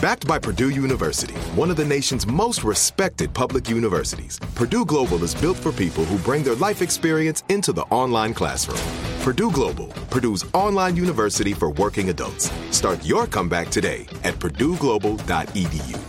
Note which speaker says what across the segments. Speaker 1: Backed by Purdue University, one of the nation's most respected public universities, Purdue Global is built for people who bring their life experience into the online classroom. Purdue Global, Purdue's online university for working adults. Start your comeback today at purdueglobal.edu.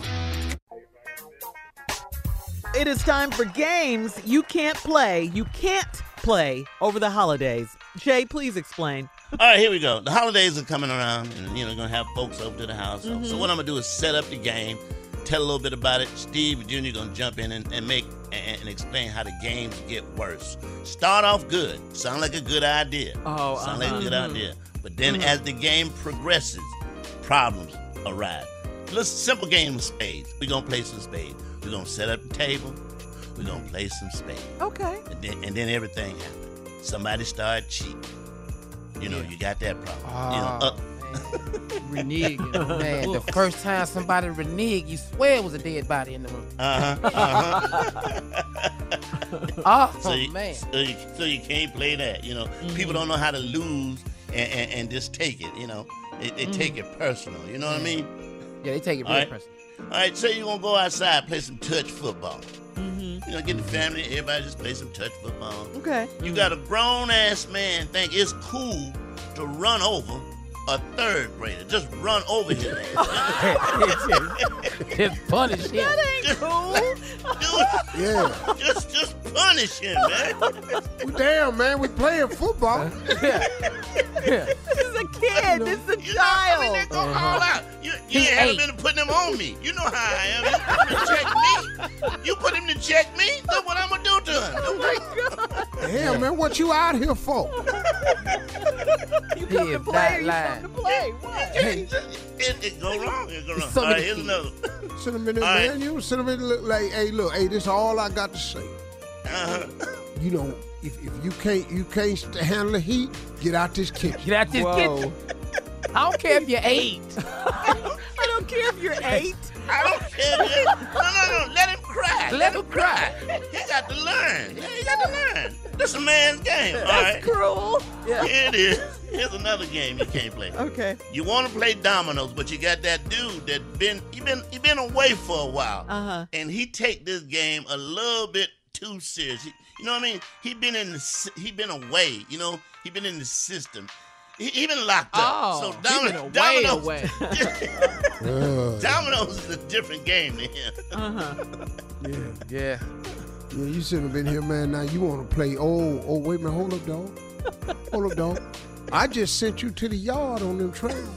Speaker 2: It is time for games you can't play. You can't play over the holidays. Jay, please explain.
Speaker 3: All right, here we go. The holidays are coming around, and you know, gonna have folks over to the house. So- So what I'm gonna do is set up the game, tell a little bit about it. Steve Junior gonna jump in and, and make and, and explain how the games get worse. Start off good. Sound like a good idea.
Speaker 2: Oh,
Speaker 3: sound like a good idea. But then as the game progresses, problems arise. Let's simple game of spades. We're gonna play some spades. We're gonna set up the table. We're gonna play some spades.
Speaker 2: Okay.
Speaker 3: And then, and then everything happened. Somebody started cheating. You know, you got that problem. you know, uh, up,
Speaker 4: Reneging. Man, the first time somebody reneged, you swear it was a dead body in the room.
Speaker 3: uh-huh, uh-huh.
Speaker 4: Oh,
Speaker 3: so, you,
Speaker 4: man. Mm-hmm.
Speaker 3: so you so you can't play that. You know, people don't know how to lose and, and, and just take it. You know, they, they take it personal. You know what I mean?
Speaker 4: Mm-hmm. Yeah, they take it
Speaker 3: All
Speaker 4: real
Speaker 3: right.
Speaker 4: personal.
Speaker 3: All right, so you gonna go outside play some touch football.
Speaker 4: Mm-hmm.
Speaker 3: You know, get the family, everybody just play some touch football.
Speaker 2: Okay.
Speaker 3: You got a grown ass man think it's cool to run over a third grader. Just run over him.
Speaker 4: Just punish him.
Speaker 3: just, dude,
Speaker 5: Yeah.
Speaker 3: just just punish him, man.
Speaker 5: Well, damn, man, we playing football.
Speaker 2: This is a kid. This is a
Speaker 3: You know, I mean, they
Speaker 2: child.
Speaker 3: go all out. You, you
Speaker 4: He's
Speaker 3: haven't
Speaker 4: eight.
Speaker 3: been putting them on me. You know how I am. You put him to check me. You put him to check me. Look what I'm gonna do to him. Look what-
Speaker 5: Damn, man, what you out here for?
Speaker 2: You
Speaker 4: He
Speaker 2: come to
Speaker 4: is
Speaker 2: play.
Speaker 4: not
Speaker 2: You come to play. What?
Speaker 4: Hey,
Speaker 3: It, it go wrong. It go wrong.
Speaker 4: so
Speaker 3: all right,
Speaker 4: many
Speaker 3: here's
Speaker 4: things.
Speaker 3: another.
Speaker 5: Sit a minute,
Speaker 3: All right.
Speaker 5: man. You sit a minute, look like, hey, look, hey, this is all I got to say.
Speaker 3: Uh-huh.
Speaker 5: You know, if, if you can't you can't st- handle the heat, get out this kitchen.
Speaker 4: Get out this kitchen. I don't care if you're eight.
Speaker 2: I don't care if you're eight.
Speaker 3: I don't care. man. No, no, no. Let him cry.
Speaker 4: Let him cry.
Speaker 3: He got to learn. Yeah, he got to learn. This a man's game. All right.
Speaker 2: That's cruel.
Speaker 3: Here it is. Here's another game you can't play.
Speaker 2: Okay.
Speaker 3: You want to play dominoes, but you got that dude that been he been he been away for a while,
Speaker 2: Uh-huh.
Speaker 3: and he take this game a little bit too serious. He, You know what I mean? He been in the, sy- he been away. You know, he been in the system. He, he been locked up.
Speaker 6: Oh,
Speaker 3: so
Speaker 6: he
Speaker 3: Domino,
Speaker 6: been away,
Speaker 3: Domino's,
Speaker 6: away.
Speaker 5: Uh,
Speaker 3: Domino's is a different game to him.
Speaker 5: yeah.
Speaker 4: Yeah.
Speaker 5: yeah, you shouldn't have been here, man. Now you want to play? Oh, oh, wait a minute. Hold up, dog. Hold up, dog. I just sent you to the yard on them trains.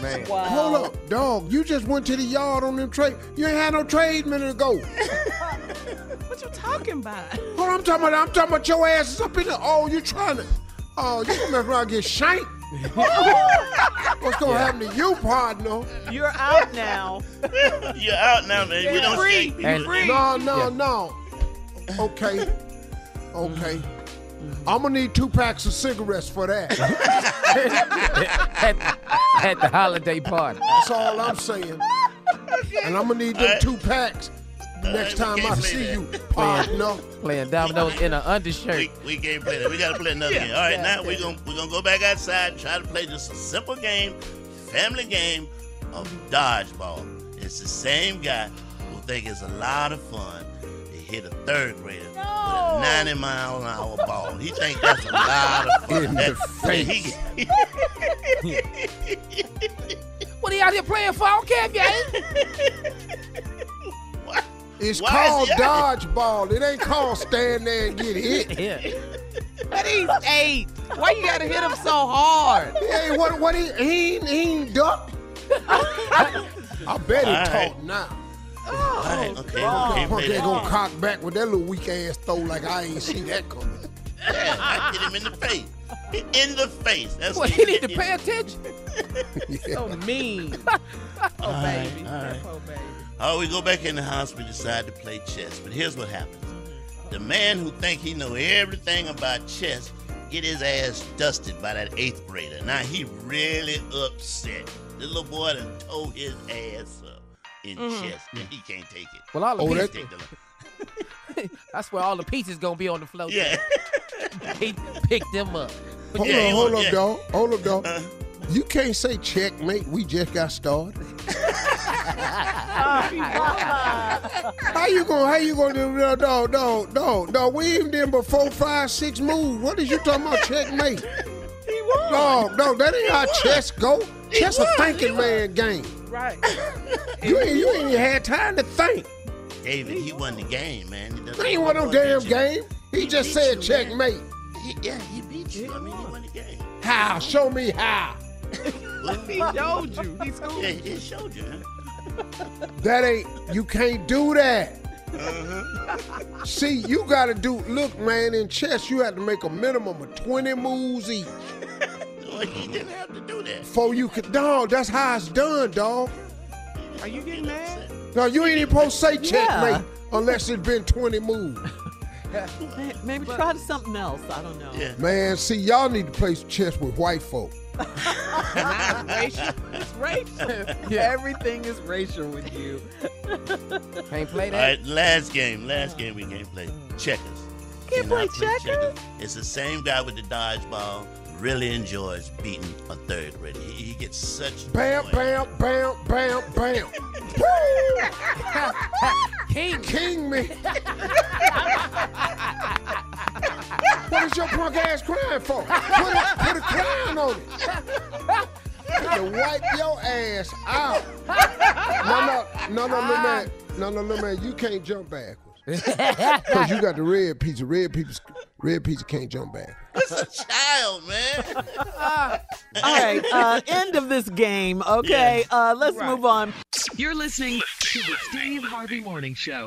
Speaker 4: Man.
Speaker 5: Hold up, dog. You just went to the yard on them trade. You ain't had no trade minute ago.
Speaker 6: What you talking about?
Speaker 5: What I'm talking about, I'm talking about your ass is up in the. Oh, you trying to? Oh, you gonna mess around and get shanked? What's gonna happen to you, partner?
Speaker 6: You're out now.
Speaker 3: You're out now, man. we don't
Speaker 6: free.
Speaker 3: shake people.
Speaker 4: And-
Speaker 5: No, no,
Speaker 4: Yeah.
Speaker 5: no. Okay, okay. I'm gonna need two packs of cigarettes for that.
Speaker 4: at, at the holiday party.
Speaker 5: That's all I'm saying. And I'm gonna need them
Speaker 3: Alright.
Speaker 5: two packs
Speaker 3: Alright, we
Speaker 5: next time I
Speaker 3: can't say
Speaker 5: see
Speaker 3: that.
Speaker 5: you, partner.
Speaker 4: Playing dominoes in an undershirt.
Speaker 3: We, we can't play that. We gotta play another game. All right, now we're gonna we're gonna go back outside, try to play just a simple game, family game of dodgeball. It's the same guy who think it's a lot of fun to hit a third grader with a 90 mile an hour ball. He think that's a lot of fun.
Speaker 5: In
Speaker 3: That-
Speaker 5: the face.
Speaker 3: he-
Speaker 4: What are you out here playing for? I don't care if you ain't.
Speaker 5: It's
Speaker 3: Why is
Speaker 5: called
Speaker 3: he out
Speaker 5: dodgeball. It ain't called stand there and get hit.
Speaker 4: Yeah.
Speaker 6: But he's eight. Why you gotta hit him so hard?
Speaker 5: Hey, what? What? He he ain't, he ain't ducked. I bet he
Speaker 3: All right.
Speaker 5: talk now.
Speaker 3: all right, okay, we
Speaker 5: That
Speaker 3: can't
Speaker 5: punk
Speaker 3: play
Speaker 5: ain't
Speaker 3: that
Speaker 5: gonna
Speaker 3: game.
Speaker 5: cock back with that little weak ass throw like I ain't see that coming.
Speaker 3: Yeah, I hit him in the face. In the face. That's
Speaker 4: Well,
Speaker 3: what
Speaker 4: he need to
Speaker 3: did.
Speaker 4: pay attention.
Speaker 6: So mean.
Speaker 3: All
Speaker 6: Oh
Speaker 3: right,
Speaker 6: baby.
Speaker 3: all right.
Speaker 6: Oh baby.
Speaker 3: Oh, we go back in the house. We decide to play chess. But here's what happens: the man who think he know everything about chess get his ass dusted by that eighth grader. Now he really upset. The little boy done tore his ass up in chess, and he can't take it.
Speaker 4: Well, all the
Speaker 5: Oh,
Speaker 3: He
Speaker 4: pieces,
Speaker 5: that-
Speaker 3: take the-
Speaker 4: that's where all the pieces gonna be on the floor.
Speaker 3: yeah,
Speaker 4: He picked them up.
Speaker 5: Hold
Speaker 3: Yeah,
Speaker 5: on,
Speaker 3: he
Speaker 5: hold
Speaker 3: won't-
Speaker 5: up,
Speaker 3: yeah. Uh-huh.
Speaker 5: dog. Hold up, dog. You can't say checkmate. We just got started. how you gonna? How you gonna do that, dog? Dog, dog, dog. We even did but four, five, six moves. What is you talking about checkmate?
Speaker 6: He won.
Speaker 5: No, no, that ain't how chess go. Chess a thinking man game.
Speaker 6: Right.
Speaker 5: You ain't, you ain't even had time to think.
Speaker 3: David, he won the game, man. He doesn't-
Speaker 5: That ain't one of
Speaker 3: he
Speaker 5: them
Speaker 3: won that
Speaker 5: damn game. He just
Speaker 3: beat
Speaker 5: said
Speaker 3: you, man.
Speaker 5: checkmate.
Speaker 3: He- yeah, he beat you. I mean, he won the game.
Speaker 5: How? Show me how.
Speaker 6: He showed you. He schooled
Speaker 3: Yeah,
Speaker 6: you.
Speaker 3: he just showed you. huh?
Speaker 5: That ain't. You can't do that. See, you gotta do. Look, man, in chess, you have to make a minimum of twenty moves each
Speaker 3: No, he didn't have to do that.
Speaker 5: before you could. Dog, that's how it's done, dog.
Speaker 6: Are you getting mad?
Speaker 5: No, you ain't even supposed to say checkmate unless it's been twenty moves.
Speaker 6: Maybe try something else. I don't know.
Speaker 3: Yeah.
Speaker 5: Man, see, y'all need to play chess with white folk.
Speaker 6: Racial. It's racial. Everything is racial with you.
Speaker 4: Can't play
Speaker 3: All
Speaker 4: that.
Speaker 3: right, last game. Last game we can't play. Checkers.
Speaker 6: Can't
Speaker 3: Cannot
Speaker 6: play checkers?
Speaker 3: It's the same guy with the dodgeball. Really enjoys beating a third grader. He, he gets such
Speaker 5: Bam,
Speaker 3: joy.
Speaker 5: bam, bam, bam, bam.
Speaker 4: King.
Speaker 5: King me. what is your punk ass crying for? Put a, put a crown on it. To wipe your ass out. No, no, no, no, little man. No, no, little man. You can't jump backwards. Because you got the red pizza. Red pizza, red pizza can't jump backwards.
Speaker 3: It's a child, man.
Speaker 6: All right. Uh, end of this game. Okay. Uh, let's move on.
Speaker 7: You're listening to the Steve Harvey Morning Show.